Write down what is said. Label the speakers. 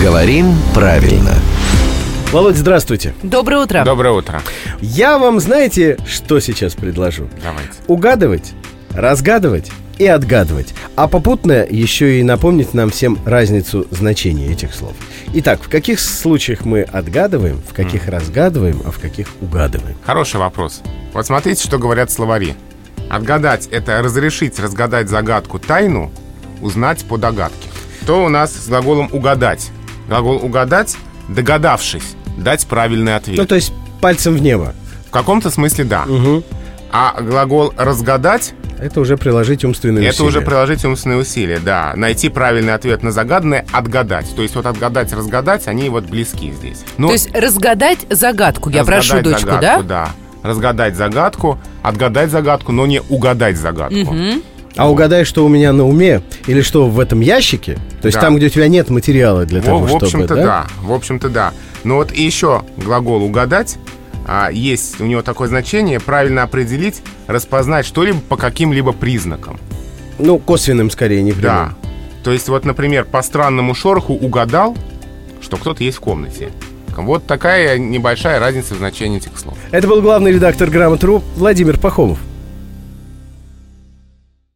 Speaker 1: Говорим правильно.
Speaker 2: Володь, здравствуйте.
Speaker 3: Доброе утро.
Speaker 4: Доброе утро.
Speaker 2: Я вам, знаете, что сейчас предложу?
Speaker 4: Давайте.
Speaker 2: Угадывать, разгадывать и отгадывать. А попутно еще и напомнить нам всем разницу значения этих слов. Итак, в каких случаях мы отгадываем, в каких разгадываем, а в каких угадываем?
Speaker 4: Хороший вопрос. Вот смотрите, что говорят словари. Отгадать — это разрешить разгадать загадку тайну, узнать по догадке. То у нас с глаголом «угадать». Глагол «угадать» — догадавшись, дать правильный ответ.
Speaker 2: Ну, то есть пальцем в небо.
Speaker 4: В каком-то смысле да. А глагол «разгадать»
Speaker 2: Это уже приложить умственные
Speaker 4: Это
Speaker 2: усилия.
Speaker 4: уже приложить умственные усилия, да. Найти правильный ответ на загаданное, отгадать. То есть вот отгадать, разгадать, они вот близки здесь. Ну,
Speaker 3: То есть разгадать загадку. Я
Speaker 4: разгадать
Speaker 3: прошу дочку,
Speaker 4: загадку,
Speaker 3: да?
Speaker 4: да? Разгадать загадку, отгадать загадку, но не угадать загадку.
Speaker 2: А угадай, что у меня на уме, или что в этом ящике, то есть
Speaker 4: Да.
Speaker 2: там, где у тебя нет материала для
Speaker 4: Во-
Speaker 2: того,
Speaker 4: в
Speaker 2: чтобы...
Speaker 4: общем-то, да? В общем-то, да. Но вот и еще глагол угадать. а, есть у него такое значение правильно определить, распознать что-либо по каким-либо признакам.
Speaker 2: Ну, косвенным скорее, не прямым.
Speaker 4: Да. То есть, вот, например, по странному шороху угадал, что кто-то есть в комнате. Вот такая небольшая разница в значении этих слов.
Speaker 2: Это был главный редактор «Грамотру» Владимир Пахомов.